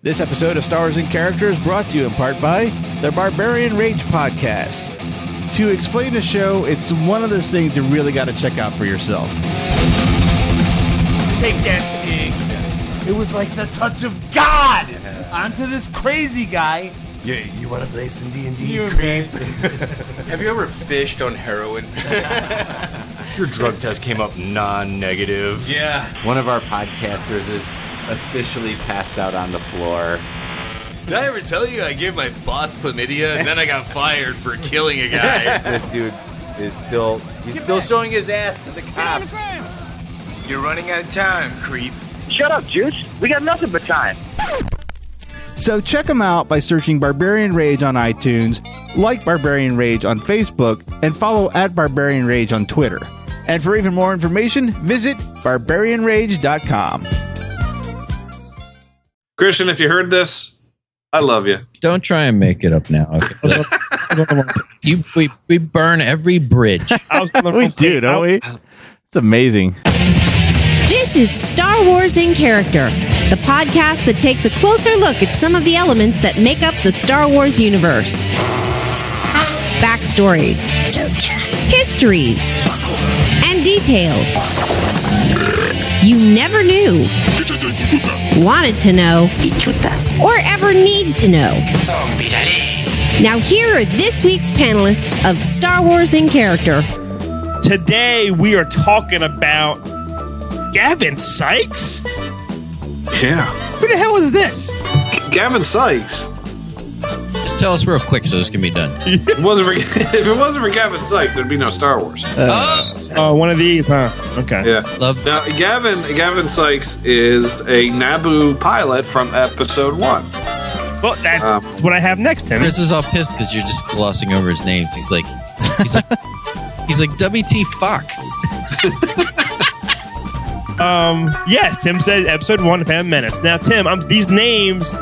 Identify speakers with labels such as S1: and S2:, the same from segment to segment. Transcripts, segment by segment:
S1: This episode of Stars and Character is brought to you in part by the Barbarian Rage Podcast. To explain the show, it's one of those things you really got to check out for yourself.
S2: Take that, pig. It was like the touch of God onto this crazy guy.
S3: You, you want to play some D and
S2: You
S3: D,
S2: okay?
S3: creep? Have you ever fished on heroin?
S4: Your drug test came up non-negative.
S3: Yeah,
S5: One of our podcasters is officially passed out on the floor.
S3: did I ever tell you I gave my boss chlamydia and then I got fired for killing a guy?
S5: This dude is still he's still showing his ass to the cops.
S4: You're running out of time, creep.
S6: Shut up, Juice. We got nothing but time.
S1: So check them out by searching Barbarian Rage on iTunes, like Barbarian Rage on Facebook, and follow at Barbarian Rage on Twitter. And for even more information, visit barbarianrage.com.
S7: Christian, if you heard this, I love you.
S8: Don't try and make it up now. you, we, we burn every bridge.
S1: We do, don't we? It's amazing.
S9: This is Star Wars in Character, the podcast that takes a closer look at some of the elements that make up the Star Wars universe. Backstories, histories, and details you never knew, wanted to know, or ever need to know. Now, here are this week's panelists of Star Wars in Character.
S10: Today we are talking about Gavin Sykes.
S7: Yeah.
S10: Who the hell is this?
S7: Gavin Sykes.
S8: Just tell us real quick so this can be done.
S7: It wasn't for, if it wasn't for Gavin Sykes, there'd be no Star Wars.
S8: Oh,
S10: Oh, one of these, huh? Okay.
S7: Yeah.
S8: love.
S7: Now, Gavin Gavin Sykes is a Naboo pilot from Episode One.
S10: Well, that's,
S7: Um,
S10: that's what I have next, Tim.
S8: Chris is all pissed because you're just glossing over his names. He's like, he's like, he's like, WT fuck.
S10: Um, yes, Tim said episode one of Phantom Menace. Now, Tim, i these names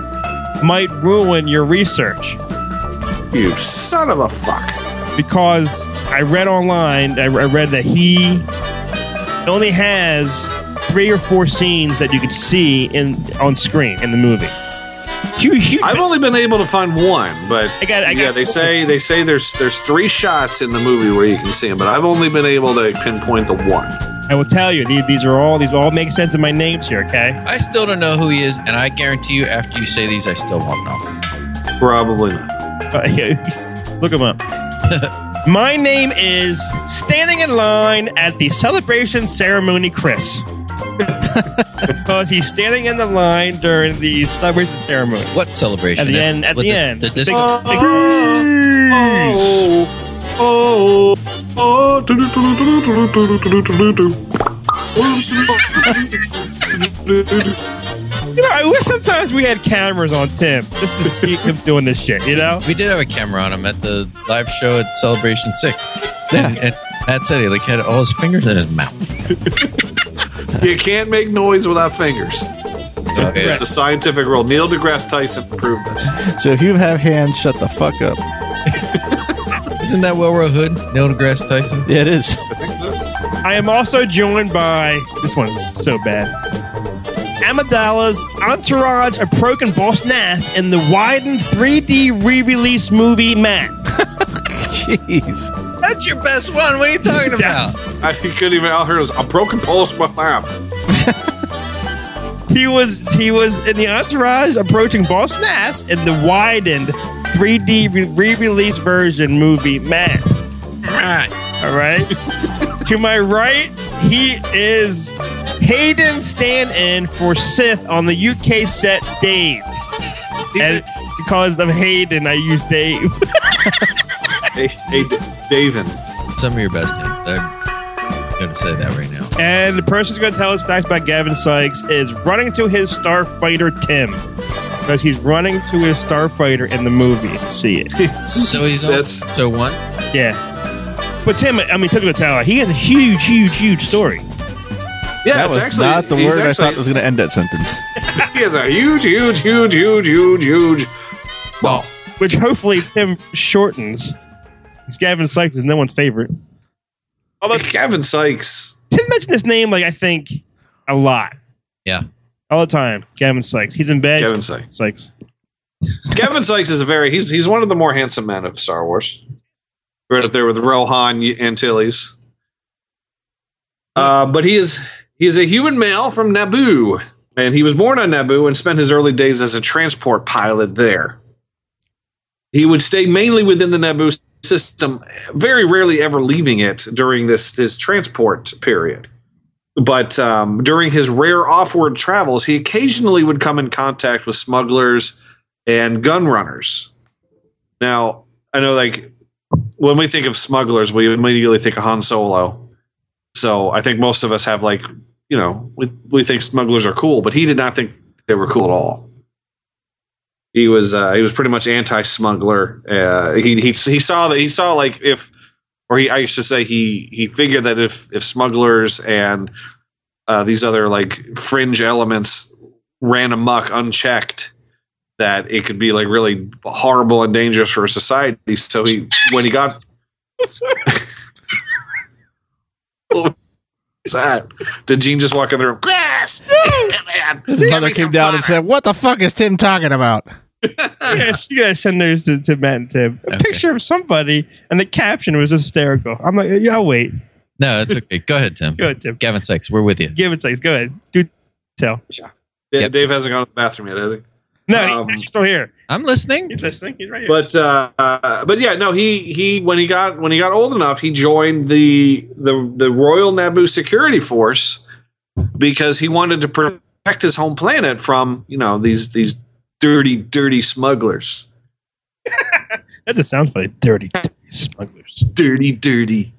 S10: might ruin your research
S7: You son of a fuck.
S10: because I read online, I, I read that he only has three or four scenes that you could see in on screen in the movie. Huge, huge.
S7: I've only been able to find one, but
S10: I got- I
S7: yeah,
S10: got-
S7: they say they say there's there's three shots in the movie where you can see him, but I've only been able to pinpoint the one.
S10: I will tell you, these, these are all these all make sense in my names here. Okay,
S8: I still don't know who he is, and I guarantee you, after you say these, I still won't know.
S7: Probably not.
S10: look them up. my name is standing in line at the celebration ceremony, Chris, because he's standing in the line during the celebration ceremony.
S8: What celebration?
S10: At the end- at
S8: With
S10: the end.
S8: The disco.
S10: Big-
S7: Oh, oh,
S10: You know, I wish sometimes we had cameras on Tim just to see him doing this shit. You know,
S8: we did have a camera on him at the live show at Celebration Six, and, and Matt said he like had all his fingers in his mouth.
S7: You can't make noise without fingers. It's a scientific rule. Neil deGrasse Tyson proved this.
S1: So if you have hands, shut the fuck up.
S8: Isn't that Wilbur Hood, Neil deGrasse Tyson?
S1: Yeah, it is.
S7: I think so.
S10: I am also joined by this one's so bad. Amidala's entourage of broken boss Nass in the widened 3D re-release movie Matt.
S1: Jeez.
S8: That's your best one. What are you talking about?
S10: That's-
S7: I couldn't even. oh, All I heard was a broken pulse. But wow.
S10: He was he was in the entourage approaching boss Nass in the widened 3D re- re-release version movie Matt. All right. to my right, he is Hayden stand-in for Sith on the UK set Dave.
S8: These
S10: and
S8: are-
S10: because of Hayden, I use Dave.
S7: Hey, hey, D- Davin.
S8: some of your best names. I'm going to say that right now.
S10: and the person who's going to tell us facts about Gavin Sykes is running to his starfighter Tim because he's running to his starfighter in the movie. See it?
S8: So he's on.
S7: That's-
S8: so one.
S10: yeah. But Tim, I mean, Tim Tower, he has a huge, huge, huge story.
S7: Yeah,
S1: That
S7: it's
S1: was
S7: actually
S1: not the
S7: he's
S1: word I
S7: actually-
S1: thought was going to end that sentence.
S7: He has a huge, huge, huge, huge, huge, huge.
S8: Well,
S10: which hopefully Tim shortens. This Gavin Sykes is no one's favorite.
S7: Gavin Sykes.
S10: Tim mentioned this name, like I think, a lot.
S8: yeah.
S10: all the time. Gavin Sykes. He's in bed.
S7: Gavin Sykes.
S10: Sykes.
S7: Kevin Sykes is a very he's he's one of the more handsome men of Star Wars. Right up there with Rohan Antilles. Uh, but he is he is a human male from Naboo, and he was born on Naboo and spent his early days as a transport pilot there. He would stay mainly within the Naboo system, very rarely ever leaving it during this his transport period. But um, during his rare offward travels, he occasionally would come in contact with smugglers and gun runners. Now, I know like when we think of smugglers, we immediately think of Han Solo. So I think most of us have like, you know, we, we think smugglers are cool, but he did not think they were cool at all. He was uh, he was pretty much anti smuggler. Uh, he, he he saw that he saw like if or he I used to say he he figured that if if smugglers and uh, these other like fringe elements ran amok unchecked, that it could be like really horrible and dangerous for society. So he, when he got, what was that? Did Gene just walk in the room? Grass.
S1: His mother came down and said, "What the fuck is Tim talking about?"
S7: Ah.
S10: yes, you guys send those to, to Matt and Tim. A
S8: Okay.
S10: picture of somebody, and the caption was hysterical. I'm like, yeah, I'll wait.
S8: No, it's okay. Go ahead, Tim.
S10: Go ahead, Tim.
S8: Gavin Sykes, we're with you.
S10: Give it six. Go ahead. Do tell.
S7: Da-
S8: Yep.
S7: Dave hasn't gone to the bathroom yet, has he?
S10: No,
S7: Um,
S10: he's actually still here.
S8: I'm listening.
S10: He's listening. He's right here.
S7: But uh, uh, but yeah, no. He he when he got when he got old enough, he joined the the the Royal Naboo Security Force because he wanted to protect his home planet from you know these these dirty dirty smugglers.
S10: that just sounds funny. Dirty, dirty smugglers.
S7: dirty, dirty.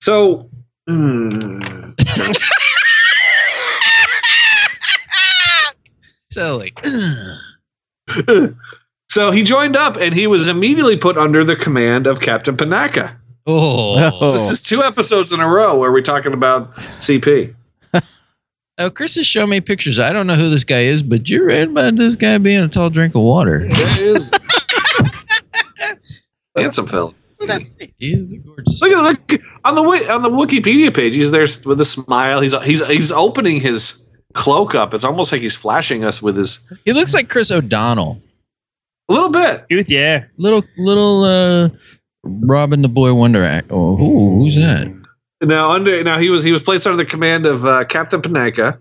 S7: So, mm,
S8: So, like,
S7: so he joined up and he was immediately put under the command of Captain Panaka.
S8: oh.
S7: This is two episodes in a row where we're talking about CP.
S8: oh, Chris has shown me pictures. I don't know who this guy is, but you're right about this guy being a tall drink of water.
S7: That is handsome fella.
S8: He is a gorgeous.
S7: Look at look on the wi- on the Wikipedia page. He's there with a smile. He's he's he's opening his cloak up. It's almost like he's flashing us with his
S8: He looks like Chris O'Donnell.
S7: a little bit.
S10: Youth, yeah.
S8: Little, little, uh, Robin the Boy Wonder act. Oh, who, who's that?
S7: Now under now he was he was placed under the command of uh, Captain Panaka,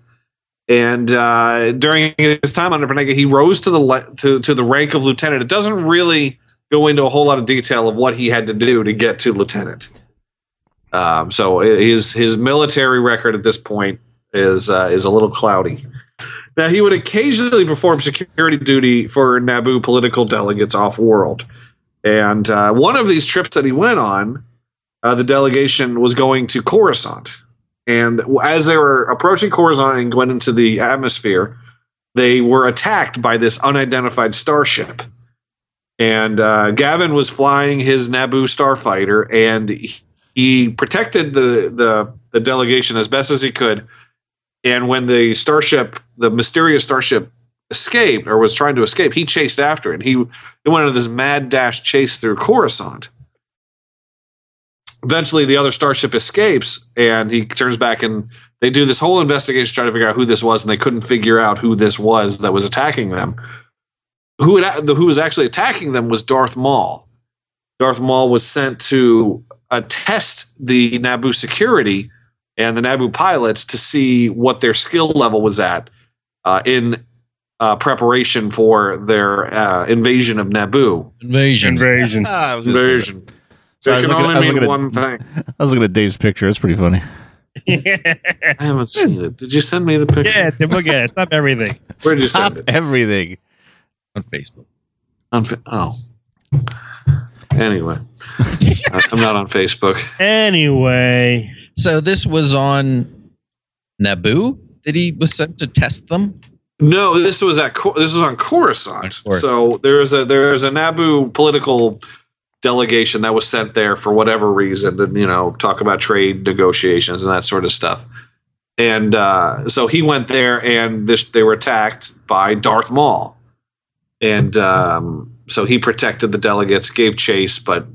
S7: and uh, during his time under Panaka, he rose to the le- to, to the rank of lieutenant. It doesn't really go into a whole lot of detail of what he had to do to get to lieutenant. Um, so his his military record at this point is uh, is a little cloudy. Now he would occasionally perform security duty for Naboo political delegates off world, and uh, one of these trips that he went on uh, the delegation was going to Coruscant. And as they were approaching Coruscant and went into the atmosphere, they were attacked by this unidentified starship. And uh, Gavin was flying his Naboo starfighter, and he- he protected the, the the delegation as best as he could. And when the starship, the mysterious starship, escaped or was trying to escape, he chased after it. He, he went on this mad dash chase through Coruscant eventually the other starship escapes and he turns back and they do this whole investigation trying to figure out who this was and they couldn't figure out who this was that was attacking them who had, the, who was actually attacking them was Darth Maul Darth Maul was sent to uh, test the Naboo security and the Naboo pilots to see what their skill level was at uh, in uh, preparation for their uh, invasion of Naboo
S8: Invasion.
S10: Invasion.
S4: Ah, I was gonna say that.
S7: invasion. So
S1: I
S7: it
S1: was
S7: can
S1: looking- I was
S7: only
S1: looking
S7: mean
S1: at-
S7: one thing.
S1: I was looking at Dave's picture. It's pretty funny.
S10: yeah,
S7: I haven't seen it. Did you send me the picture?
S10: Tim, look at it. Stop everything.
S7: Where did you
S1: Stop
S7: send it?
S1: everything.
S8: on Facebook.
S7: On, Fa- oh. Anyway, I- I'm not on Facebook.
S10: Anyway,
S8: So this was on Naboo that he was sent to test them.
S7: No, this was at Cor- this was on Coruscant.
S8: On Coruscant.
S7: So there's a there's a Naboo political delegation that was sent there for whatever reason to you know talk about trade negotiations and that sort of stuff. And uh, so he went there, and this they were attacked by Darth Maul, and um, so he protected the delegates, gave chase, but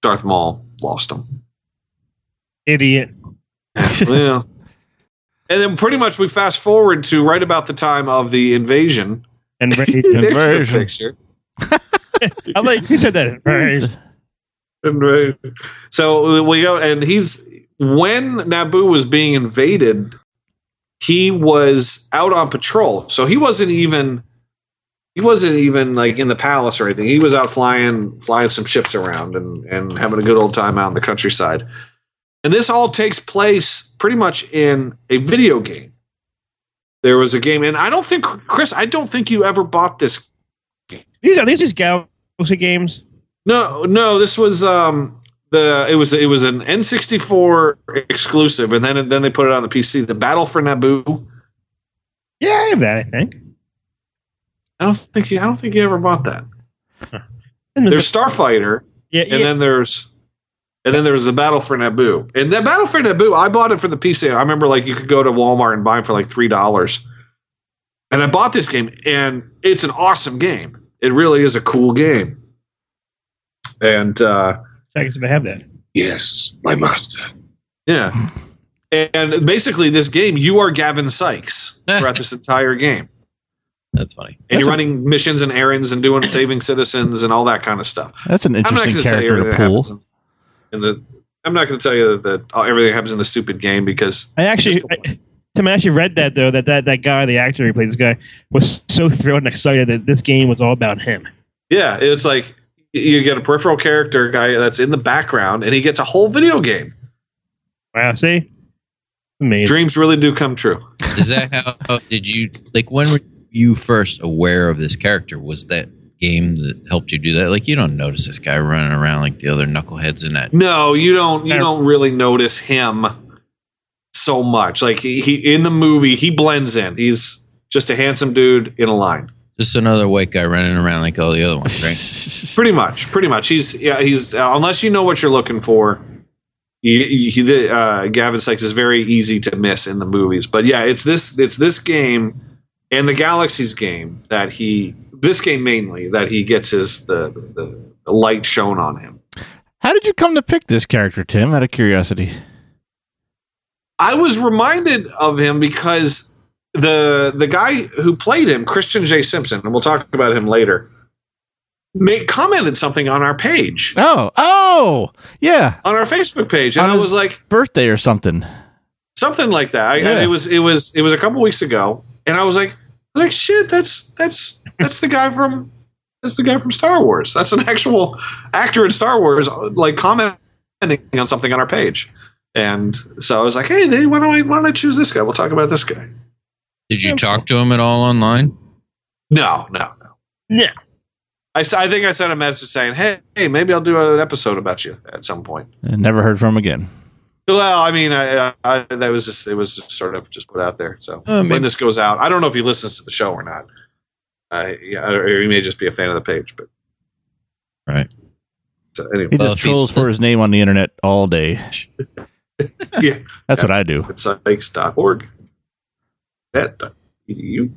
S7: Darth Maul lost him.
S10: idiot.
S7: yeah. And then pretty much we fast forward to right about the time of the invasion.
S10: Invasion.
S7: There's the
S10: Invasion.
S7: picture.
S10: I like you said that. Invasion.
S7: Invasion. So we go, and he's when Naboo was being invaded, he was out on patrol, so he wasn't even he wasn't even like in the palace or anything. He was out flying flying some ships around and and having a good old time out in the countryside. And this all takes place pretty much in a video game. There was a game, and I don't think Chris, I don't think you ever bought this
S10: These are these just Galaxy games.
S7: no, no, this was um the it was it was an N64 exclusive, and then and then they put it on the PC. The Battle for Naboo.
S10: Yeah, I have that. I think.
S7: I don't think you, I don't think you ever bought that.
S10: And
S7: There's Starfighter,
S10: yeah,
S7: and then there's and then there's the Battle for Naboo. And the Battle for Naboo, I bought it for the PC. I remember like you could go to Walmart and buy it for like three dollars. And I bought this game, and it's an awesome game. It really is a cool game. And uh
S10: I guess if I have that.
S7: Yes, my master. Yeah. And basically, this game, you are Gavin Sykes throughout this entire game.
S8: That's funny.
S7: And
S1: That's
S7: you're
S1: a-
S7: running missions and errands and doing saving citizens and all that kind of stuff.
S1: That's an interesting
S7: gonna
S1: character to
S7: everything
S1: pull.
S7: happens in- In the, I'm not going to tell you that, that everything happens in the stupid game because
S10: I actually, I, Tim, I actually read that though that, that that guy, the actor who played this guy, was so thrilled and excited that this game was all about him.
S7: Yeah, it's like you get a peripheral character guy that's in the background, and he gets a whole video game.
S10: Wow, see, amazing.
S7: Dreams really do come true.
S8: Is that how how did you like when were you first aware of this character? Was that game that helped you do that? Like you don't notice this guy running around like the other knuckleheads in that.
S7: No, you don't. You
S10: Never.
S7: don't really notice him so much. Like he, he in the movie, he blends in. He's just a handsome dude in a line.
S8: Just another white guy running around like all the other ones, right?
S7: Pretty much. Pretty much. He's yeah. He's uh, unless you know what you're looking for. You, you, the, uh, Gavin Sykes is very easy to miss in the movies, but yeah, it's this it's this game and the Galaxies game that he this game mainly that he gets his the the, the light shown on him.
S1: How did you come to pick this character, Tim? Out of curiosity.
S7: I was reminded of him because the the guy who played him, Christian J. Simpson, and we'll talk about him later, made, commented something on our page,
S1: Oh, oh, yeah,
S7: on our Facebook page, and
S1: On
S7: I
S1: his-
S7: was like
S1: birthday or something.
S7: something like that. I,
S1: Yeah.
S7: It was it was it was a couple weeks ago, and I was like, I was like, shit, that's that's that's the guy from that's the guy from Star Wars. That's an actual actor in Star Wars, like commenting on something on our page. And so I was like, hey, they, why don't I why don't I choose this guy? We'll talk about this guy.
S8: Did you talk to him at all online?
S7: No, no, no.
S10: No.
S7: I, s- I think I sent a message saying, hey, hey, maybe I'll do an episode about you at some point.
S1: And never heard from him again.
S7: Well, I mean, I, I, that was just, it was just sort of just put out there. So
S8: Uh, maybe-
S7: when this goes out, I don't know if he listens to the show or not. I, yeah, or he may just be a fan of the page, but.
S8: Right.
S7: So anyway,
S1: He
S8: Well,
S1: just
S8: if he's-
S1: trolls for his name on the internet all day.
S7: Yeah.
S1: that's what I do.
S7: it's sykes.org. That edu.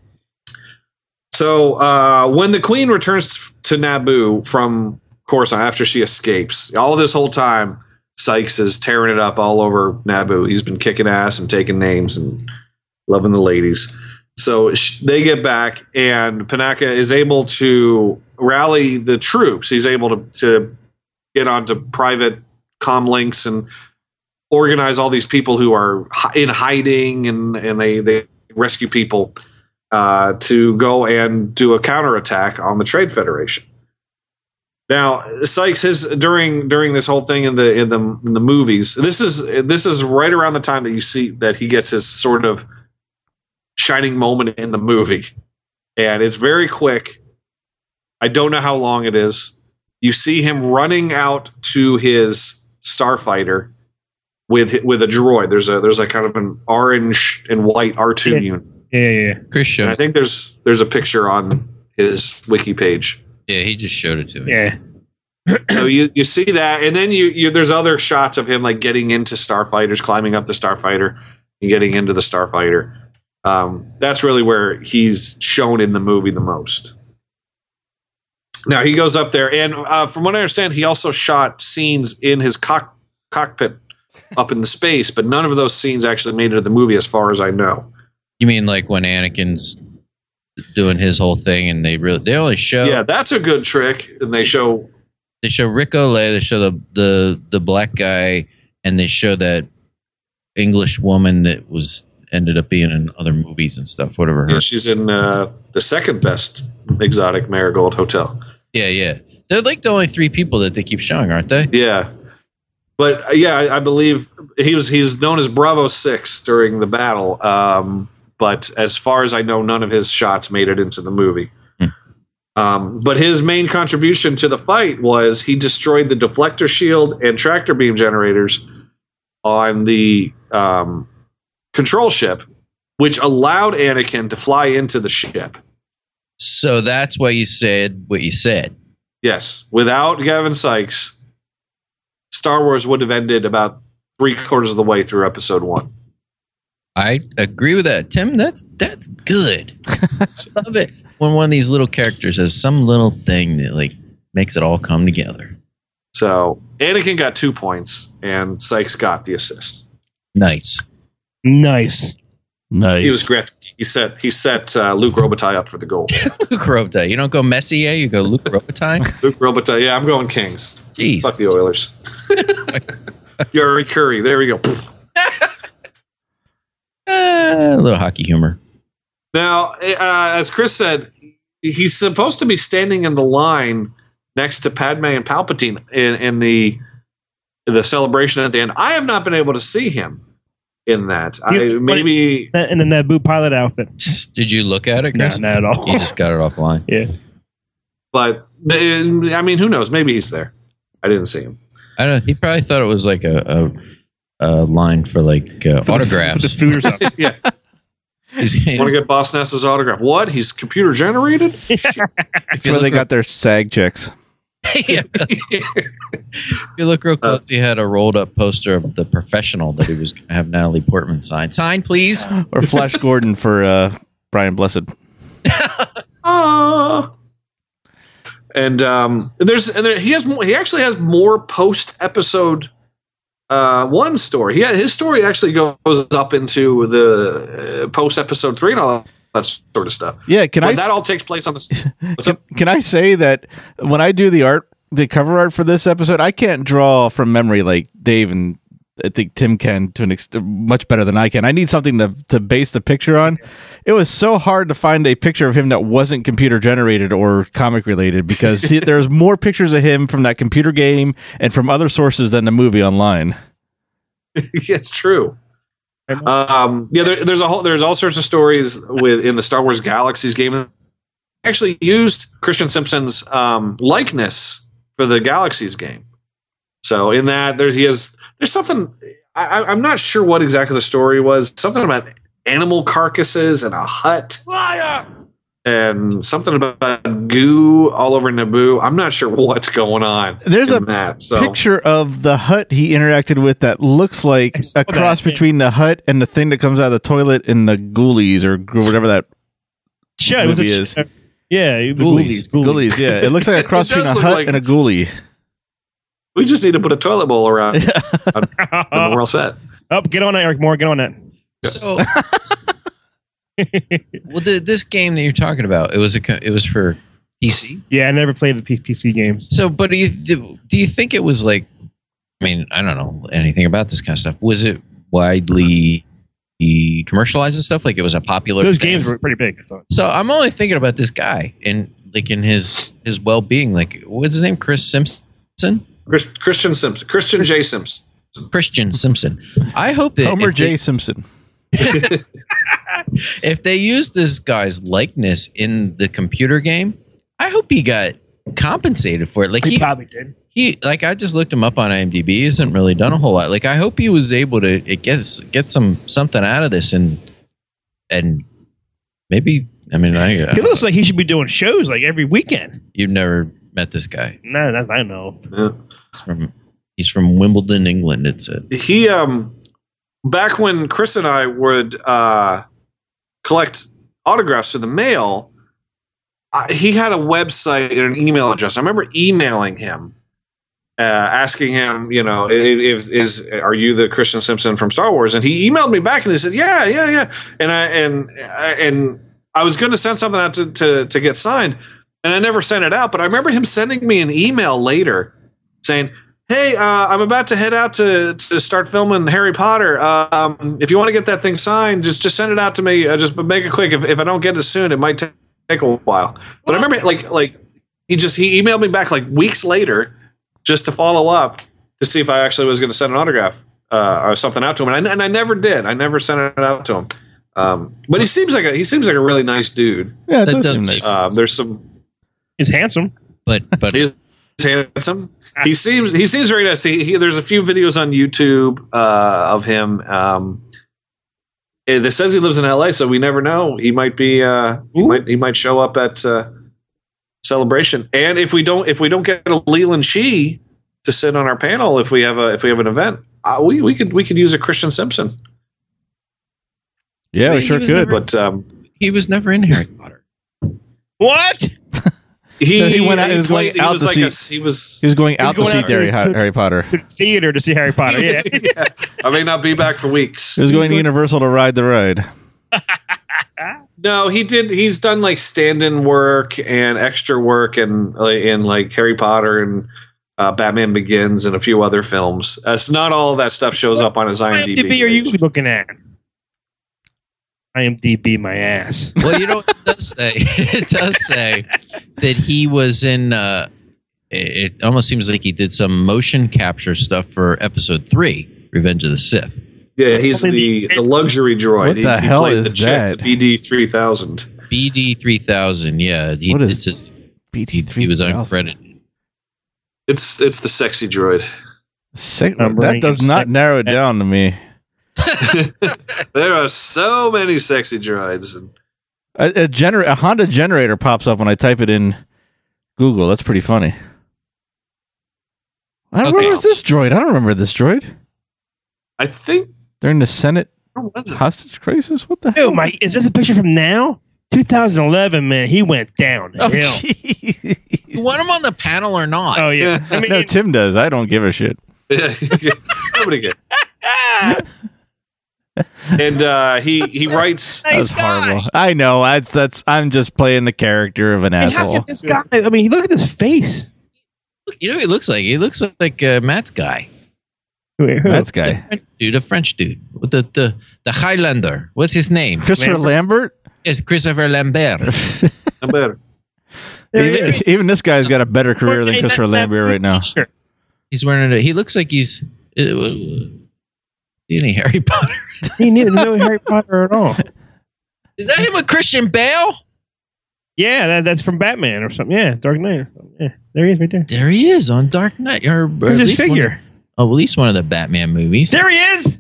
S7: So uh, when the queen returns to Naboo from Coruscant after she escapes, all this whole time Sykes is tearing it up all over Naboo. He's been kicking ass and taking names and loving the ladies. So sh- they get back, and Panaka is able to rally the troops. He's able to, to get onto private com links and organize all these people who are hi- in hiding and, and they, they rescue people uh, to go and do a counterattack on the Trade Federation. Now, Sykes his during during this whole thing in the in the in the movies. This is this is right around the time that you see that he gets his sort of shining moment in the movie, and it's very quick. I don't know how long it is. You see him running out to his starfighter, with with a droid. There's a there's a kind of an orange and white R two
S10: Yeah.
S7: unit.
S10: Yeah, yeah, yeah.
S8: Chris
S7: And
S8: showed.
S7: I think there's there's a picture on his wiki page.
S8: yeah, he just showed it to me.
S10: yeah.
S7: So you you see that, and then you, you there's other shots of him like getting into starfighters, climbing up the starfighter, and getting into the starfighter. Um, that's really where he's shown in the movie the most. Now he goes up there, and uh, from what I understand, he also shot scenes in his cock, cockpit up in the space, but none of those scenes actually made it to the movie, as far as I know.
S8: You mean like when Anakin's doing his whole thing, and they really they only show
S7: Yeah, that's a good trick, and they show
S8: they show Rick Olay, they show the the the black guy, and they show that English woman that was ended up being in other movies and stuff, whatever. Her.
S7: yeah, she's in uh, the second best exotic marigold hotel.
S8: Yeah, yeah. They're like the only three people that they keep showing, aren't they?
S7: Yeah, but uh, yeah, I, I believe he was he's known as Bravo Six during the battle. Um, but as far as I know, none of his shots made it into the movie. Um, but his main contribution to the fight was he destroyed the deflector shield and tractor beam generators on the um, control ship, which allowed Anakin to fly into the ship.
S8: So that's why you said what you said.
S7: Yes, without Gavin Sykes, Star Wars would have ended about three quarters of the way through Episode One.
S8: I agree with that, Tim. That's that's good. I love it when one of these little characters has some little thing that like makes it all come together.
S7: So Anakin got two points, and Sykes got the assist.
S8: Nice.
S10: Nice.
S1: Nice.
S7: He was Gretzky. He set he set uh, Luke Robitaille up for the goal.
S8: Luke Robitaille. You don't go Messier, you go Luke Robitaille.
S7: Luke Robitaille. Yeah, I'm going Kings.
S8: Jeez.
S7: Fuck the Oilers. Yuri Curry. There we go.
S8: Uh, a little hockey humor.
S7: Now, uh, as Chris said, he's supposed to be standing in the line next to Padme and Palpatine in, in the the celebration at the end. I have not been able to see him in that.
S10: He's
S7: I,
S10: funny-
S7: maybe
S10: That- And then that boot pilot outfit.
S8: Did you look at it,
S10: No,
S8: Chris?
S10: not at all.
S8: You just got it offline.
S10: yeah.
S7: but uh, I mean, who knows? Maybe he's there. I didn't see him.
S8: I don't. He probably thought it was like a a, a line for like uh,
S10: Put the
S8: autographs.
S10: food or something.
S7: Yeah,
S8: He's- he's-
S7: want to get Boss Nass's autograph? What? He's computer generated?
S8: if
S1: That's
S8: you
S1: where
S8: look
S1: they
S8: real-
S1: got their SAG checks.
S8: Yeah. if you look real close, he had a rolled up poster of the professional that he was going to have Natalie Portman sign. Sign, please.
S1: Or Flash Gordon for uh, Brian Blessed.
S7: Ah. And um, there's and there, he has more, he actually has more post episode uh, one story. He his story actually goes up into the uh, post episode three and all that sort of stuff.
S1: Yeah, can
S7: But
S1: I
S7: that all takes place on the. What's
S1: can,
S7: up?
S1: can I say that when I do the art, the cover art for this episode, I can't draw from memory like Dave and I think Tim can to an extent much better than I can. I need something to to base the picture on. It was so hard to find a picture of him that wasn't computer generated or comic related because see, there's more pictures of him from that computer game and from other sources than the movie online.
S7: it's true. Um, yeah, there, there's a whole there's all sorts of stories with in the Star Wars Galaxies game. Actually, used Christian Simpson's um, likeness for the Galaxies game. So in that there he has there's something I, I- I'm not sure what exactly the story was. Something about animal carcasses and a hut. And something about goo all over Naboo. I'm not sure what's going on.
S1: There's
S7: in
S1: a
S7: that, so.
S1: Picture of the hut he interacted with that looks like
S10: saw
S1: a cross
S10: that, yeah.
S1: between the hut and the thing that comes out of the toilet in the Ghoulies or gr- whatever that
S10: Shit, it was
S1: Movie
S10: a uh,
S1: is-
S10: Yeah, the
S8: Ghoulies.
S10: ghoulies. Ghoulies.
S1: Ghoulies, yeah. It looks like a cross
S7: It does
S1: between a
S7: look
S1: hut
S7: like-
S1: and a ghoulie.
S7: We just need to put a toilet bowl around, and we're all set.
S10: oh, get on that, Eric Moore. Get on that.
S8: So, well, the, this game that you're talking about, it was a co- it was for PC.
S10: Yeah, I never played the P- PC games.
S8: So, but do you, do you think it was like? I mean, I don't know anything about this kind of stuff. Was it widely commercialized and stuff? Like it was a popular.
S10: Those
S8: thing?
S10: games were pretty big. I thought.
S8: So I'm only thinking about this guy and like in his his well being. Like what's his name? Chris Simpson.
S7: Chris, Christian Simpson, Christian J. Simpson.
S8: Christian Simpson. I hope that
S1: Homer
S8: if they-
S1: J. Simpson.
S8: if they use this guy's likeness in the computer game, I hope he got compensated for it. Like he,
S10: probably did.
S8: he like I just looked him up on IMDb. He hasn't really done a whole lot. Like I hope he was able to it gets get some something out of this and and maybe I mean I, uh,
S10: He looks like he should be doing shows like every weekend.
S8: you've never met this guy.
S10: No, that I know.
S8: He's from he's from Wimbledon, England. It's a
S7: He um, back when Chris and I would uh, collect autographs through the mail, I, he had a website and an email address. I remember emailing him uh, asking him, you know, i- if is are you the Christian Simpson from Star Wars? And he emailed me back and he said, yeah, yeah, yeah. And I and I, and I was going to send something out to, to to get signed, and I never sent it out. But I remember him sending me an email later saying. Hey, uh, I'm about to head out to, to start filming Harry Potter. Um, if you want to get that thing signed, just just send it out to me. Uh, just make it quick. If, if I don't get it soon, it might ta- take a while. But I remember, like, like he just he emailed me back like weeks later just to follow up to see if I actually was going to send an autograph uh, or something out to him, and I, and I never did. I never sent it out to him. Um, but he seems like a he seems like a really nice dude.
S1: Yeah, it
S8: That
S1: does
S8: does
S1: seem
S8: seem
S1: nice.
S7: Um, there's some
S10: He's handsome.
S8: But but
S7: he's handsome. He seems he seems very nice. He, he, there's a few videos on YouTube uh, of him. Um, eh, that says he lives in LA, so we never know. He might be uh, he might he might show up at uh, celebration. And if we don't if we don't get a Leland Shee to sit on our panel, if we have a if we have an event, uh, we we could we could use a Christian Simpson.
S1: Yeah,
S8: Wait,
S1: we
S8: he
S1: sure
S8: was
S1: could.
S8: never-
S7: But um,
S8: he was never in Harry Potter.
S10: What?
S7: he,
S1: He went out- he was going out to
S7: like
S1: see-
S7: a s- he was.
S1: He was going out
S10: going
S1: to see
S10: out to-
S1: Harry, Ho- Harry Potter.
S10: The theater to see Harry Potter. Yeah.
S7: I may not be back for weeks.
S1: He was going to Universal to ride the ride.
S7: No, he did. He's done like stand-in work and extra work, and and like Harry Potter and uh, Batman Begins and a few other films. Uh, so not all of that stuff shows up on his IMDb.
S10: IMDb are you
S7: page.
S10: looking at? IMDb my ass.
S8: Well, you know what it does say? It does say that he was in. Uh, it it almost seems like he did some motion capture stuff for Episode Three, Revenge of the Sith.
S7: Yeah, he's the the luxury droid.
S1: What
S7: He-
S1: the
S7: he
S1: hell
S7: played
S1: is
S7: chick,
S1: that?
S7: The BD three thousand.
S8: BD three thousand. Yeah, he,
S1: What is-
S8: it's his,
S1: BT
S8: he, he was uncredited.
S7: It's it's the sexy droid.
S1: Sick-
S10: Numbering
S1: that does
S10: and
S1: not
S10: sick-
S1: narrow it down to me.
S7: There are so many sexy droids. And
S1: A, a, gener- a Honda generator pops up when I type it in Google. That's pretty funny. I don't
S8: Okay.
S1: remember this droid. I don't remember this droid.
S7: I think
S1: During the Senate
S7: where was it?
S1: hostage crisis? What the hell?
S10: Dude, my is this a picture from now? 2011, man. He went down.
S1: Oh,
S10: Oh, hill.
S1: jeez.
S8: You want him on the panel or not?
S10: oh yeah. I mean,
S1: no, Tim does. I don't give a shit.
S7: Nobody gets.
S10: ah,
S7: And uh, he he writes.
S10: nice
S1: That's
S10: guy.
S1: horrible. I know. That's that's. I'm just playing the character of an
S10: And how
S1: asshole.
S10: could this guy? I mean, look at this face.
S8: Look, You know what he looks like? He looks like uh, Matt's guy.
S10: Wait, who?
S1: That's
S8: The
S1: guy.
S8: French dude, a French dude. With The, the, the Highlander. What's his name?
S1: Christopher Lambert.
S8: It's Christopher Lambert.
S7: I'm better.
S10: There he
S1: even,
S10: is.
S1: even this guy's got a better career
S10: Hey,
S1: than
S10: that-
S1: Christopher
S10: that
S1: Lambert right now.
S10: picture.
S8: He's wearing it. He looks like he's uh, uh, any Harry Potter.
S10: He didn't know Harry Potter at all.
S8: Is that him with Christian Bale?
S10: Yeah, that, that's from Batman or something. Yeah, Dark Knight. Or something. Yeah, there he is right there.
S8: There he is on Dark Knight, or, or at,
S10: There's his
S8: least one,
S10: figure.
S8: oh, at least one of the Batman movies.
S10: There he is.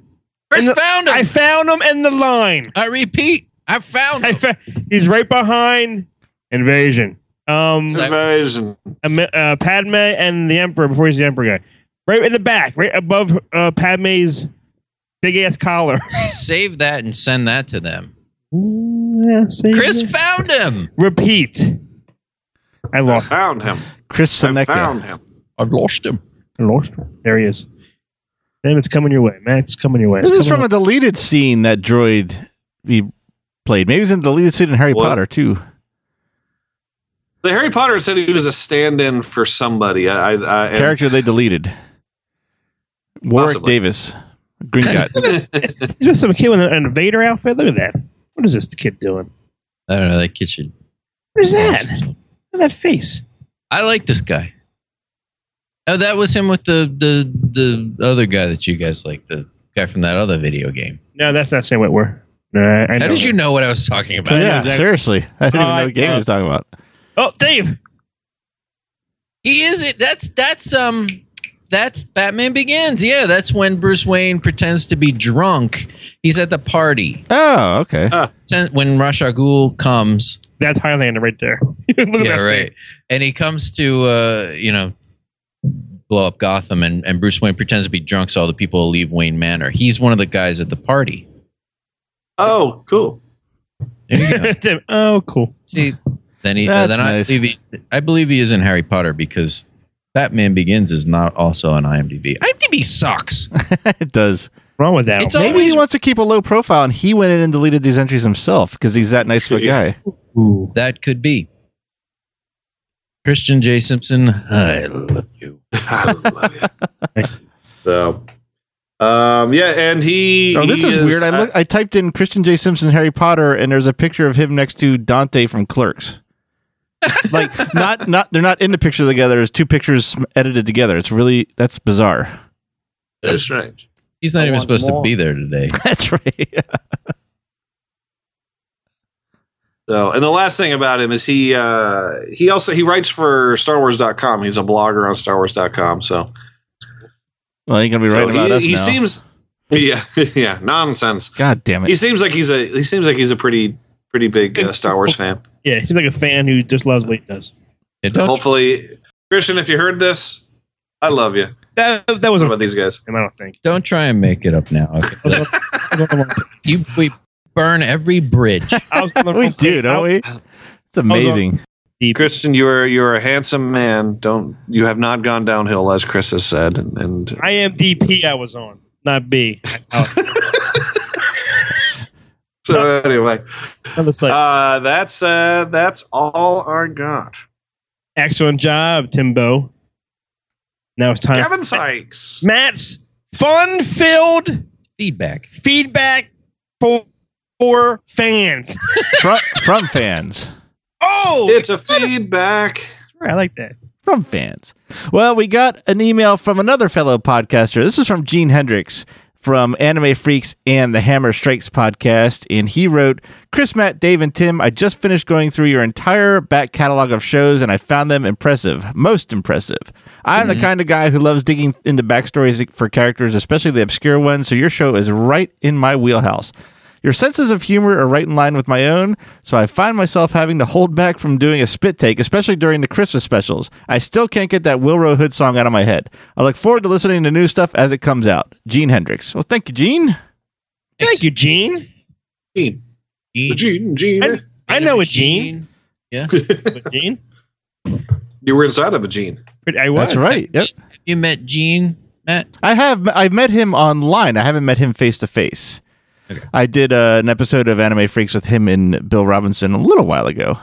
S8: Chris
S10: in the-
S8: found him.
S10: I
S8: I,
S10: found him in the line.
S8: repeat, I found
S10: I
S8: him.
S10: fa- he's right behind Invasion. Um,
S8: So-
S7: Invasion.
S10: Am- uh, Padme and the Emperor before he's the Emperor guy. Right in the back, right above uh, Padme's big ass collar.
S8: Save that and send that to them. Chris
S10: Mm, Chris
S8: found him.
S10: Repeat. I
S7: I
S10: lost.
S7: found him.
S1: Chris
S7: I
S1: Seneca.
S7: found him.
S8: I've lost him.
S10: I lost. There he is. Damn, it's coming your way, man. It's coming your way.
S1: This
S10: It's
S1: is from
S10: coming
S1: a deleted scene that droid he played. Maybe he's in the deleted scene in Harry
S7: What?
S1: Potter too.
S7: The Harry Potter said he was a stand-in for somebody. I, I, I and-
S1: Character they deleted. Warwick
S7: Possibly.
S1: Davis, green guy.
S10: your- he's with some kid with an an invader outfit. Look at that. What is this kid doing?
S8: I don't know that kitchen.
S10: What is that? Look at that face.
S8: I like this guy. Oh, that was him with the the the other guy that you guys like, the guy from that other video game.
S10: No, that's not saying what we're. No, I, I
S8: How
S10: know.
S8: did you know what I was talking about?
S1: yeah, seriously. I didn't even
S10: Uh,
S1: know what game he was talking about.
S10: Oh, Dave.
S8: He is it. That's that's um that's Batman Begins. Yeah, that's when Bruce Wayne pretends to be drunk. He's at the party.
S1: Oh, okay.
S8: Ten- When Ra's al Ghul comes,
S10: That's Highlander right there. Look at
S8: yeah,
S10: that
S8: right. And he comes to uh, you know, blow up Gotham and, and Bruce Wayne pretends to be drunk so all the people will leave Wayne Manor. He's one of the guys at the party.
S7: oh, cool.
S8: There you go.
S10: face. Tim, oh, cool.
S8: See, then he uh,
S1: That's
S8: then I
S1: nice.
S8: believe he, I believe he is in Harry Potter because Batman Begins is not also on IMDb. IMDb sucks.
S1: it does.
S10: wrong with that?
S8: It's
S10: one?
S1: Maybe
S8: always-
S1: he wants to keep a low profile, and he went in and deleted these entries himself because he's that nice of a guy.
S8: That could be. Christian J. Simpson, uh, I love you.
S7: So, um, yeah, and he.
S1: Oh, this
S7: he
S1: is, weird. I, look, I typed in Christian J. Simpson, Harry Potter, and there's a picture of him next to Dante from Clerks. like not not they're not in the picture together. There's two pictures sm- edited together. It's really that's bizarre.
S7: That's strange.
S8: He's not
S7: I
S8: even
S7: want
S8: supposed to
S7: more.
S8: be there today.
S1: That's right.
S7: So, and the last thing about him is he uh, he also he writes for StarWars.com. He's a blogger on StarWars.com. So,
S1: well, you're gonna be
S7: so
S1: right about
S7: he,
S1: us
S7: he
S1: now.
S7: seems. Yeah, yeah, nonsense.
S1: God damn it!
S7: He seems like he's a he seems like he's a pretty pretty big uh, Star Wars fan.
S10: Yeah, he's like a fan who just loves what he does.
S8: It don't
S7: Hopefully, Christian, if you heard this, I love you.
S10: That that was
S7: What
S10: a
S7: about these guys?
S10: I don't think.
S8: don't try and make it up now. Okay.
S10: I was on the wrong-
S8: you we burn every bridge.
S10: I was on the
S1: we
S10: wrong
S1: do,
S10: I-
S1: don't we? It's amazing.
S7: Christian, you are you are a handsome man. Don't you have not gone downhill as Chris has said, and, and
S10: I am DP. I was on, not B.
S7: so anyway,
S10: Another site.
S7: uh, that's uh, that's all I got.
S10: Excellent job, Timbo. Now it's
S8: Uh,
S10: time.
S7: Kevin Sykes.
S10: Matt's fun-filled
S8: Feedback.
S10: feedback for, for fans.
S1: from from fans.
S10: Oh,
S7: It's a feedback.
S10: I like that.
S1: From fans. Well, we got an email from another fellow podcaster. This is from Gene Hendricks from Anime Freaks and the Hammer Strikes podcast. And he wrote Chris, Matt, Dave, and Tim, I just finished going through your entire back catalog of shows and I found them impressive. Most impressive. I'm the kind of guy who loves digging into backstories for characters, especially the obscure ones. So your show is right in my wheelhouse. Your senses of humor are right in line with my own, so I find myself having to hold back from doing a spit take, especially during the Christmas specials. I still can't get that Wilro Hood song out of my head. I look forward to listening to new stuff as it comes out. Gene Hendricks. Well, thank you, Gene.
S10: Thank you, Gene.
S7: Gene,
S8: Gene.
S7: Gene, Gene.
S10: I, I know a Gene.
S8: Yeah.
S10: But Gene.
S7: You were inside of a Gene.
S10: But I was
S1: That's right. Yep.
S8: You met Gene, Matt?
S1: I have I've met him online. I haven't met him face to face. I did uh, an episode of Anime Freaks with him and Bill Robinson a little while ago.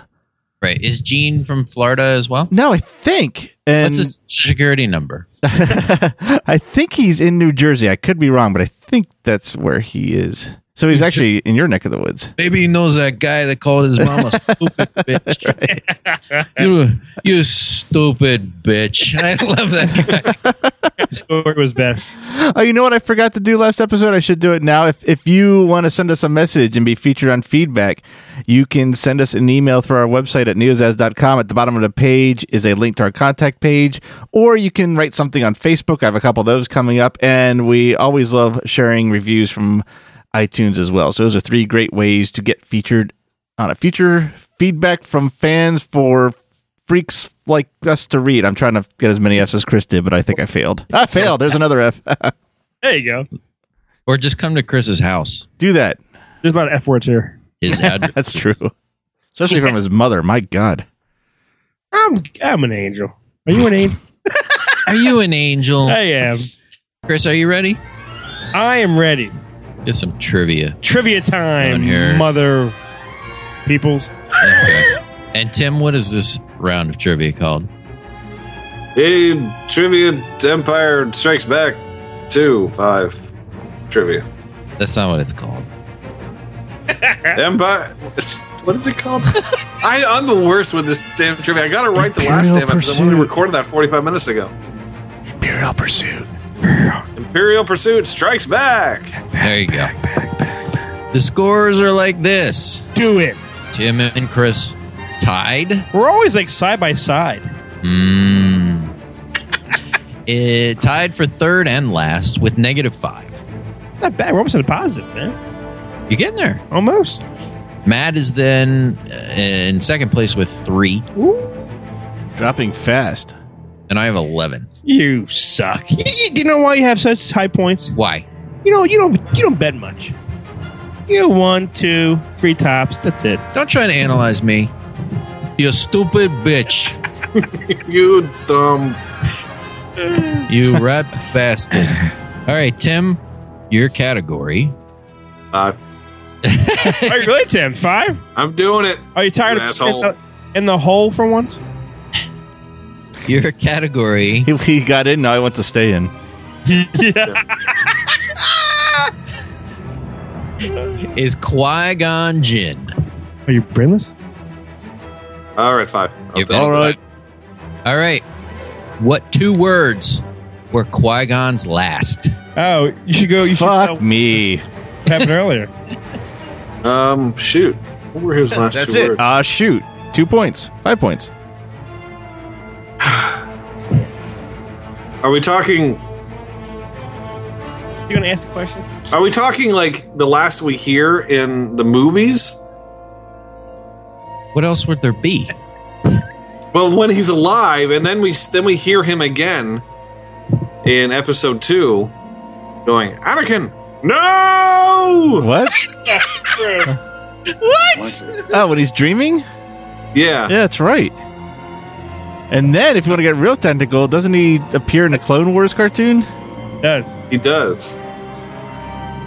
S8: Right. Is Gene from Florida as well?
S1: No, Oh, I think. And
S8: What's his security number?
S1: I think he's in New Jersey. I could be wrong, but I think that's where he is. So he's actually in your neck of the woods.
S8: Maybe he knows that guy that called his mom a stupid bitch. you, you stupid bitch. I love that guy.
S10: Story was best.
S1: Oh, you know what I forgot to do last episode? I should do it now. If if you want to send us a message and be featured on feedback, you can send us an email through our website at neozaz.com. At the bottom of the page is a link to our contact page, or you can write something on Facebook. I have a couple of those coming up, and we always love sharing reviews from iTunes as well. So those are three great ways to get featured on a future feedback from fans for freaks like us to read. I'm trying to get as many F's as Chris did, but I think I failed. I failed. There's another F.
S10: There you go.
S8: Or just come to Chris's house.
S1: Do that.
S10: There's a lot of F words here.
S8: His address.
S1: That's true. Especially from his mother. My God.
S10: I'm I'm an angel. Are you an angel?
S8: Are you an angel?
S10: I am.
S8: Chris, are you ready?
S10: I am ready.
S8: Get some trivia.
S10: Trivia
S8: On
S10: time,
S8: here.
S10: mother peoples.
S8: Okay. And Tim, what is this round of trivia called?
S7: Hey, trivia Empire Strikes Back two five trivia.
S8: That's not what it's called.
S7: Empire. What is it called? I, I'm the worst with this damn trivia. I got it right the last
S1: Imperial
S7: damn episode. when
S1: Pursuit.
S7: We recorded that 45 minutes ago.
S1: Imperial pursuit.
S7: Imperial Pursuit Strikes Back.
S8: There you go. The scores are like this
S10: Do it.
S8: Tim and Chris tied.
S10: We're always like side by side.
S8: Mm. It tied for third and last with negative five.
S10: Not bad. We're almost in a positive, man.
S8: You getting there?
S10: Almost.
S8: Matt is then uh, in second place with three,
S1: Dropping fast.
S8: and I have eleven.
S10: You suck. You, you, do you know why you have such high points?
S8: Why?
S10: You know you don't you don't bet much. You one, two, three tops. That's it.
S8: Don't try to analyze me. You stupid bitch.
S7: You dumb
S8: You rat bastard. All right, Tim, your category.
S7: Uh,
S10: Are you really Tim? Five?
S7: I'm doing it.
S10: Are you tired
S7: You
S10: of
S7: asshole.
S10: in the, in the hole for once?
S8: Your category.
S1: He, he got in. Now he wants to stay in.
S8: is Qui Gon Jinn.
S10: Are you brainless?
S7: All right, five.
S8: You
S7: I'll-
S8: better be- All right. What two words were Qui Gon's last?
S10: Oh, you should go. You should
S1: Fuck
S10: tell
S1: me.
S10: what happened earlier.
S7: um, shoot. What were his last
S1: That's
S7: two
S1: it.
S7: words?
S1: Uh, shoot. Two points. Five points.
S7: Are we talking?
S10: You gonna ask the question?
S7: Are we talking like the last we hear in the movies?
S8: What else would there be?
S7: Well, when he's alive, and then we then we hear him again in episode two, going Anakin, no,
S1: What?
S10: what?
S1: Oh, when he's dreaming?
S7: yeah,
S1: Yeah, that's right. And then, if you want to get real technical, doesn't he appear in a Clone Wars cartoon?
S10: Does
S7: he does.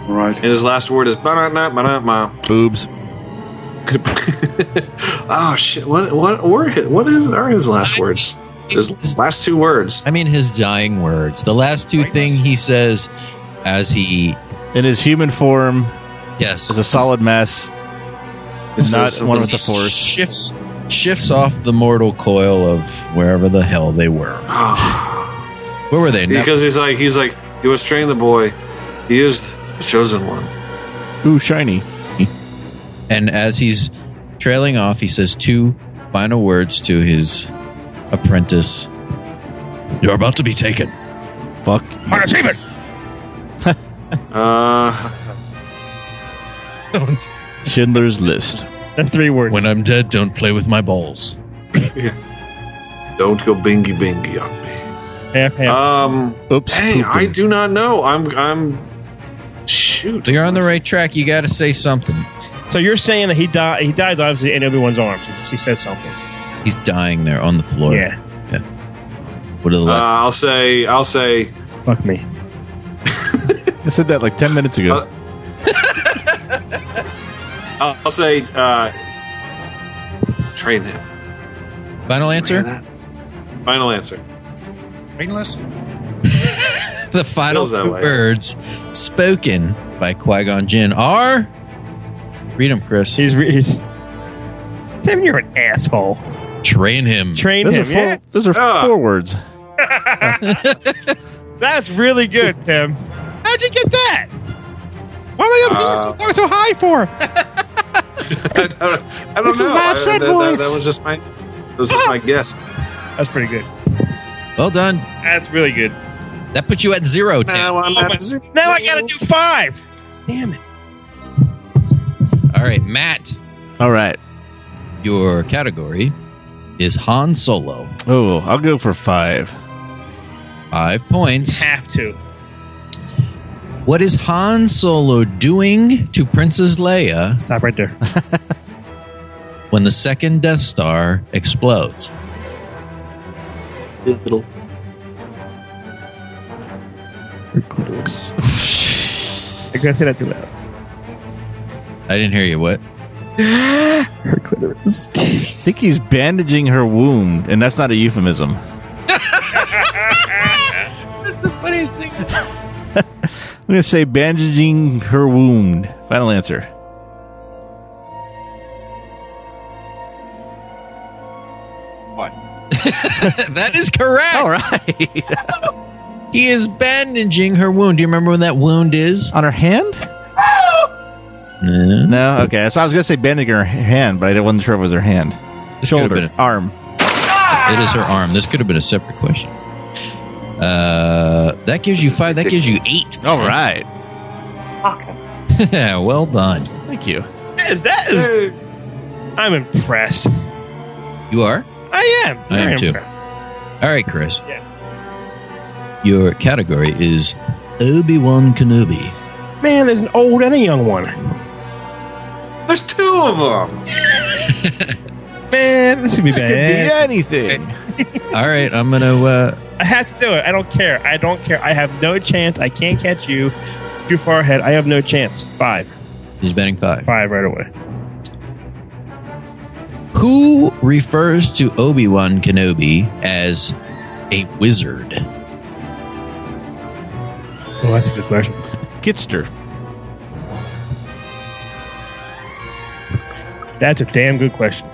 S2: Right.
S7: And his last word is "ba-na-na, ba-na-ma."
S1: Boobs.
S7: oh shit! What what were his, what is are his last words? His last two words.
S8: I mean, his dying words. The last two thing he says as he.
S1: In his human form,
S8: Yes.
S1: is a solid mess.
S7: It's
S1: not
S7: just
S1: one
S7: something-
S1: with the force.
S8: Shifts, shifts off the mortal coil of wherever the hell they were. Where were they?
S7: because he's like he's like he was trained the boy, he is the chosen one.
S1: Ooh, shiny.
S8: And as he's trailing off, he says two final words to his apprentice You're about to be taken.
S1: Fuck.
S7: Uh,
S1: Schindler's List.
S10: that's three words?
S8: when I'm dead, don't play with my balls.
S7: don't go bingy bingy on me.
S10: half half.
S7: Um,
S1: Oops.
S7: dang,
S1: pooping.
S7: I do not know. I'm I'm shoot.
S8: So you're on the right track. You got to say something.
S10: so you're saying that he died? He dies obviously in Obi Wan's arms. He, he says something.
S8: He's dying there on the floor.
S10: Yeah.
S8: What are the
S7: Uh,
S8: last?
S7: I'll say I'll say
S10: Fuck me.
S1: I said that like 10 minutes ago.
S7: Uh, I'll, I'll say uh, train him.
S8: final answer.
S7: Final answer.
S2: Brainless?
S8: The final
S7: Feels that
S8: two
S7: way.
S8: words spoken by Qui Gon Jinn are. Read them, Chris.
S10: He's, re- he's Tim. You're an asshole.
S8: Train him.
S10: Train
S1: those,
S10: him.
S1: are four,
S10: yeah?
S1: those are
S7: Ah.
S1: four words.
S10: That's really good, Tim. How'd you get that? Why am I
S7: Uh,
S10: up so, talking so high for?
S7: I don't, I don't
S1: This
S7: know.
S1: is my
S7: I- that, that-
S1: upset
S7: That,
S1: voice.
S7: was just my. That was just my guess.
S10: That's pretty good.
S8: Well done.
S10: That's really good.
S8: That puts you at zero, Tim.
S7: I'm at
S10: Now I gotta do five. Damn it.
S8: All right, Matt.
S1: All right.
S8: Your category is Han Solo.
S1: Oh, I'll go for five.
S8: Five points.
S10: Have to.
S8: What is Han Solo doing to Princess Leia
S10: Stop right there.
S8: when the second Death Star explodes?
S10: I gotta say that too loud.
S8: I didn't hear you. What?
S10: Her clitoris.
S1: I think he's bandaging her wound, and that's not a euphemism.
S8: That's the funniest thing.
S1: I'm going to say bandaging her wound. Final answer.
S8: that is correct.
S1: All right.
S8: He is bandaging her wound. Do you remember when that wound is?
S1: On her hand?
S8: No.
S1: No. Okay. So I was gonna say bandaging her hand, but I wasn't sure if it was her hand,
S8: This could have
S1: shoulder, arm.
S8: been- it is her arm. This could have been a separate question. Uh, that gives you five. That gives you eight.
S1: All right.
S8: well done.
S1: Thank you.
S10: Yes, that is. I'm impressed.
S8: You are.
S10: I am.
S8: I am
S10: Very
S8: too.
S10: impressed.
S8: All right, Chris.
S10: Yes.
S8: Your category is Obi Wan Kenobi.
S10: Man, there's an old and a young one.
S7: There's two of them.
S10: Man, this could be
S1: Could be
S10: bad.
S1: Eh. anything.
S8: All right, I'm gonna. Uh,
S10: I have to do it. I don't care. I don't care. I have no chance. I can't catch you. Too far ahead. I have no chance. Five.
S8: He's betting five.
S10: Five right away.
S8: Who refers to Obi Wan Kenobi as a wizard?
S10: Oh, that's a good question.
S1: Gitster.
S10: That's a damn good question.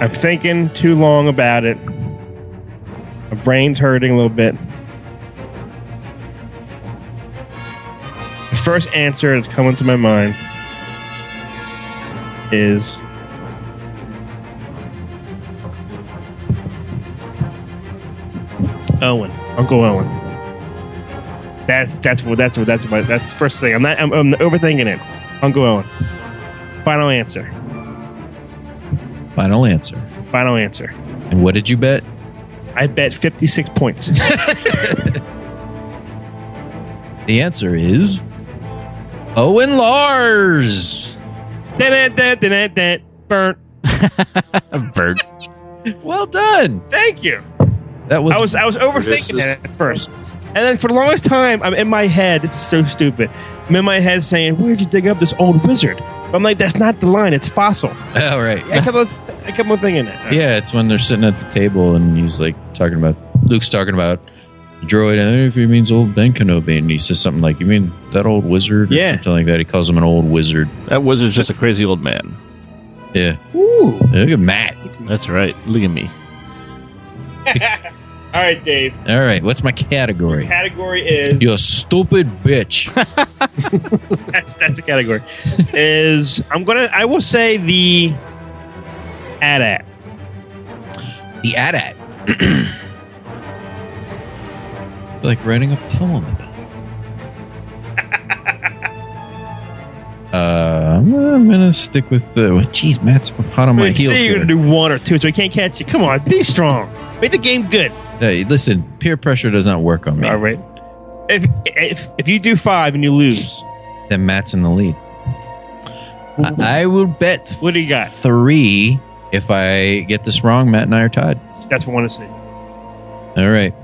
S10: I'm thinking too long about it. My brain's hurting a little bit. The first answer that's coming to my mind is Owen, Uncle Owen. That's that's what that's what that's my that's the first thing. I'm not I'm, I'm overthinking it. Uncle Owen. Final answer.
S8: Final answer.
S10: Final answer.
S8: And what did you bet?
S10: I bet 56 points.
S8: The answer is Owen Lars.
S10: Dun, dun, dun, dun, dun. Burnt.
S1: Bird.
S8: Well done.
S10: Thank you.
S8: That was,
S10: I was I was overthinking
S7: is-
S10: it at first, and then for the longest time, I'm in my head. This is so stupid. I'm in my head saying, "Where'd you dig up this old wizard?" I'm like, "That's not the line. It's fossil."
S8: all right.
S10: I kept on, I kept on thinking it.
S8: Yeah, it's when they're sitting at the table and he's like talking about Luke's talking about the droid. "Eh, If he means old Ben Kenobi, and he says something like, "You mean that old wizard?" or
S10: Yeah.
S8: something like that. He calls him an old wizard.
S1: That wizard's just a crazy old man.
S8: Yeah,
S10: Ooh.
S8: Yeah, look at Matt.
S1: That's right. Look at me.
S10: All right, Dave.
S8: All right, what's my category?
S10: Category is
S8: You stupid bitch.
S10: that's that's a category. is I'm gonna I will say the ad at
S8: the at like writing a poem about it. Uh, I'm, I'm gonna stick with the. Jeez, Matt's hot on my
S10: You
S8: heels
S10: say you're
S8: here.
S10: gonna do one or two, so he can't catch you. Come on, be strong. Make the game good.
S8: Hey, listen, peer pressure does not work on me.
S10: All right. If if if you do five and you lose,
S8: Then Matt's in the lead. I, I will bet
S10: what do you got?
S8: three. If I get this wrong, Matt and I are tied.
S10: That's what I want to see.
S8: All right.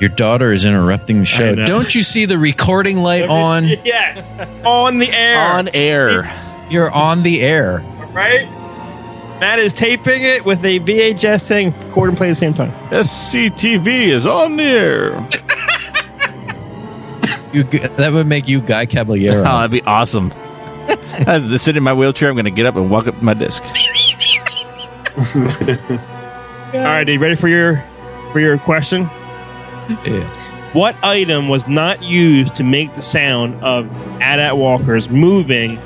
S8: Your daughter is interrupting the show.
S10: know.
S8: Don't you see the recording light on?
S10: Yes. On the air.
S1: On air.
S8: You're on the air.
S10: Right? Matt is taping it with a VHS thing, record and play at the same time.
S1: SCTV is on the air.
S8: You, that would make you Guy
S1: Oh,
S8: Caballero.
S1: that'd be awesome. I'm just sitting in my wheelchair. I'm going to get up and walk up to my desk.
S10: All right, dude, ready for your for your question?
S8: Yeah.
S10: What item was not used to make the sound of Adat Walkers moving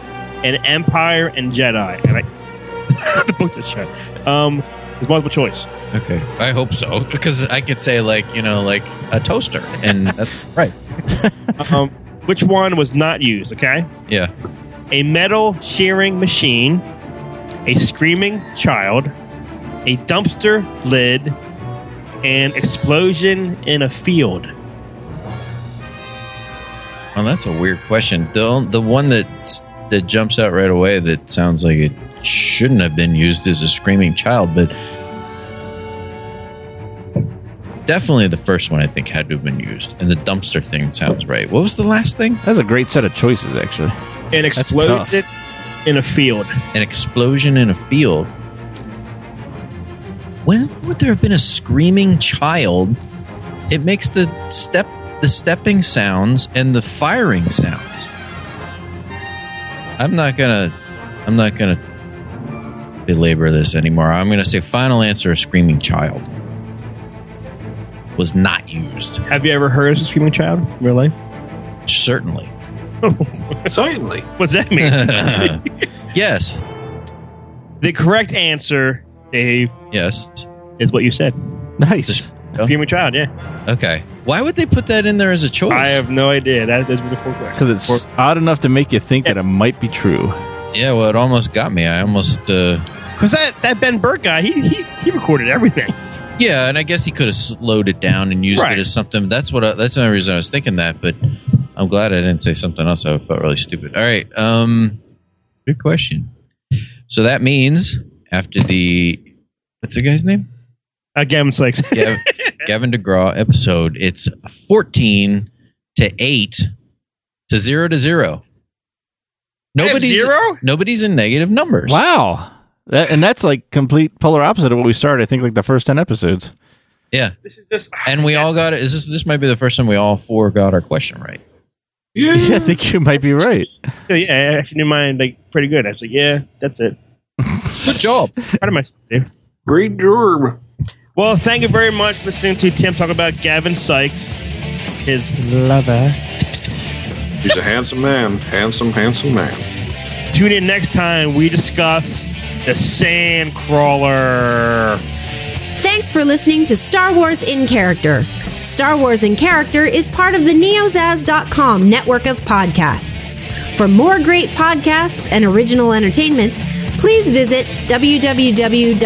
S10: in Empire and Jedi? And I the book that shit. Um it's multiple choice.
S8: Okay. I hope so because I could say like you know like a toaster, and that's right.
S10: Um, which one was not used, okay?
S8: Yeah.
S10: a metal shearing machine, a screaming child, a dumpster lid, an explosion in a field.
S8: Well, that's a weird question. The the one that that jumps out right away that sounds like it shouldn't have been used is a screaming child, but definitely the first one I think had to have been used, and the dumpster thing sounds right. What was the last thing?
S1: That's a great set of choices, actually.
S10: An
S1: tough.
S10: explosion in a field.
S8: An explosion in a field. When would there have been a screaming child? It makes the step the stepping sounds and the firing sounds. I'm not gonna I'm not gonna belabor this anymore. I'm gonna say final answer screaming child. Was not used.
S10: Have you ever heard of a screaming child in real life?
S8: Certainly.
S7: Certainly.
S10: What's that mean?
S8: yes.
S10: the correct answer, Dave,
S8: Yes.
S10: is what you said.
S1: Nice.
S8: Yeah.
S10: Screaming child, yeah.
S8: Okay. Why would they put that in there as a choice?
S10: I have no idea. That is the full question.
S1: Because it's odd enough to make you think that it might be true.
S8: Yeah, well, it almost got me. I almost, uh,
S10: Because that, that Ben Burke guy, he, he, he recorded everything.
S8: yeah, and I guess he could have slowed it down and used
S10: Right.
S8: it as something. That's what. I, that's the only reason I was thinking that. But I'm glad I didn't say something else. I felt really stupid. All right. Um, good question. So that means after the what's the guy's name?
S10: Uh, Gavin Slicks.
S8: Gav, Gavin DeGraw episode. It's fourteen to eight to zero to zero.
S10: I have
S8: Nobody's
S10: zero?
S8: Nobody's in negative numbers.
S1: Wow. That, and that's like complete polar opposite of what we started. I think like the first ten episodes.
S8: Yeah,
S10: This is just
S8: and we all got it. Is this this might be the first time we all four got our question right?
S1: I think you might be right.
S10: So, yeah, I actually knew mine like pretty good. I was like, yeah, that's it.
S8: Good job.
S10: Proud of myself, dude.
S7: Great germ.
S10: Well, thank you very much for listening to Tim talk about Gavin Sykes, his lover.
S7: He's a handsome man. Handsome, handsome man.
S10: Tune in next time. We discuss the sand crawler.
S9: Thanks for listening to Star Wars in Character. Star Wars in Character is part of the neozaz.com network of podcasts. For more great podcasts and original entertainment, please visit www.neozaz.com.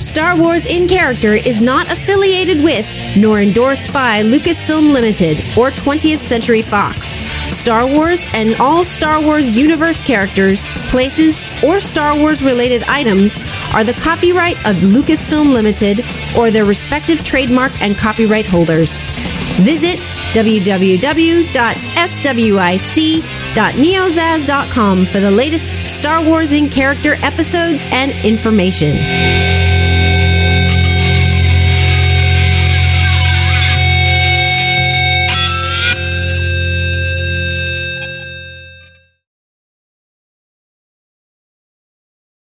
S9: Star Wars in Character is not affiliated with nor endorsed by Lucasfilm Limited or 20th Century Fox. Star Wars and all Star Wars universe characters, places, or Star Wars related items are the copyright of Lucasfilm Limited or their respective trademark and copyright holders. Visit E www.swic.neozaz.com for the latest Star Wars in character episodes and information.